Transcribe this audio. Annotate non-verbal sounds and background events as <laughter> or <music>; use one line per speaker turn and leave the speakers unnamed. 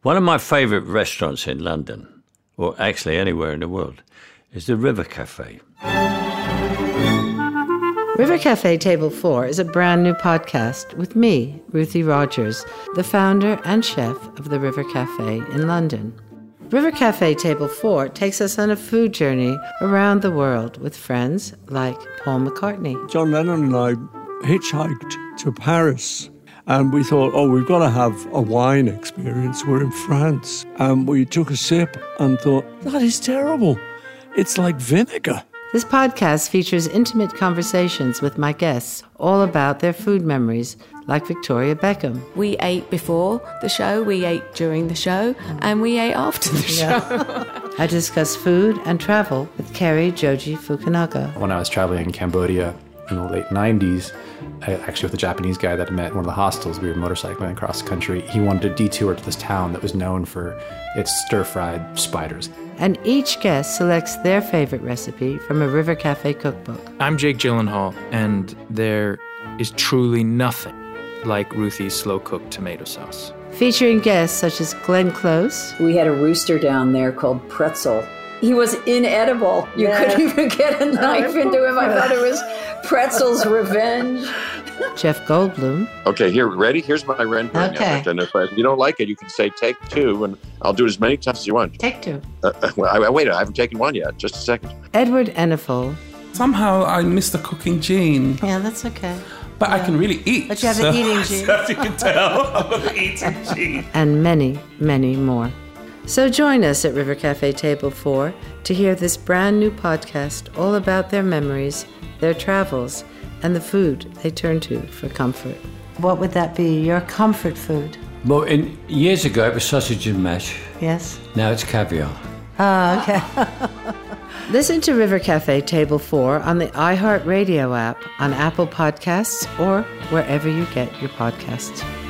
One of my favourite restaurants in London, or actually anywhere in the world, is the River Cafe.
River Cafe Table 4 is a brand new podcast with me, Ruthie Rogers, the founder and chef of the River Cafe in London. River Cafe Table 4 takes us on a food journey around the world with friends like Paul McCartney,
John Lennon and I hitchhiked to Paris. And we thought, oh, we've got to have a wine experience. We're in France. And we took a sip and thought, that is terrible. It's like vinegar.
This podcast features intimate conversations with my guests all about their food memories, like Victoria Beckham.
We ate before the show, we ate during the show, and we ate after the show.
I discuss food and travel with Kerry Joji Fukunaga.
when I was traveling in Cambodia in the late 90s, I, actually with a Japanese guy that I met in one of the hostels, we were motorcycling across the country. He wanted to detour to this town that was known for its stir fried spiders.
And each guest selects their favorite recipe from a River Cafe cookbook.
I'm Jake Gyllenhaal, and there is truly nothing like Ruthie's slow cooked tomato sauce.
Featuring guests such as Glenn Close,
We had a rooster down there called Pretzel. He was inedible. You couldn't even get a knife into him. I thought it was Pretzel's revenge.
Jeff Goldblum,
Okay, here, ready? Here's my rent.
Okay.
And if, I, if you don't like it, you can say take two, and I'll do it as many times as you want. <laughs>
Take Two,
Uh, uh, well, I, I- wait, I haven't taken one yet. Just a second.
Edward Enifel.
Somehow I miss the cooking gene,
Yeah, that's okay.
but I can really eat.
But you have an eating gene.
As you can tell, <laughs> I'm an eating gene.
and many, many more. So join us at River Cafe Table 4 to hear this brand new podcast all about their memories, their travels, and the food they turn to for comfort. What would that be? Your comfort food?
Well, in, years ago it was sausage and mash.
Yes.
Now it's caviar.
Ah, <laughs> Listen to River Cafe Table 4 on the iHeartRadio app, on Apple Podcasts, or wherever you get your podcasts.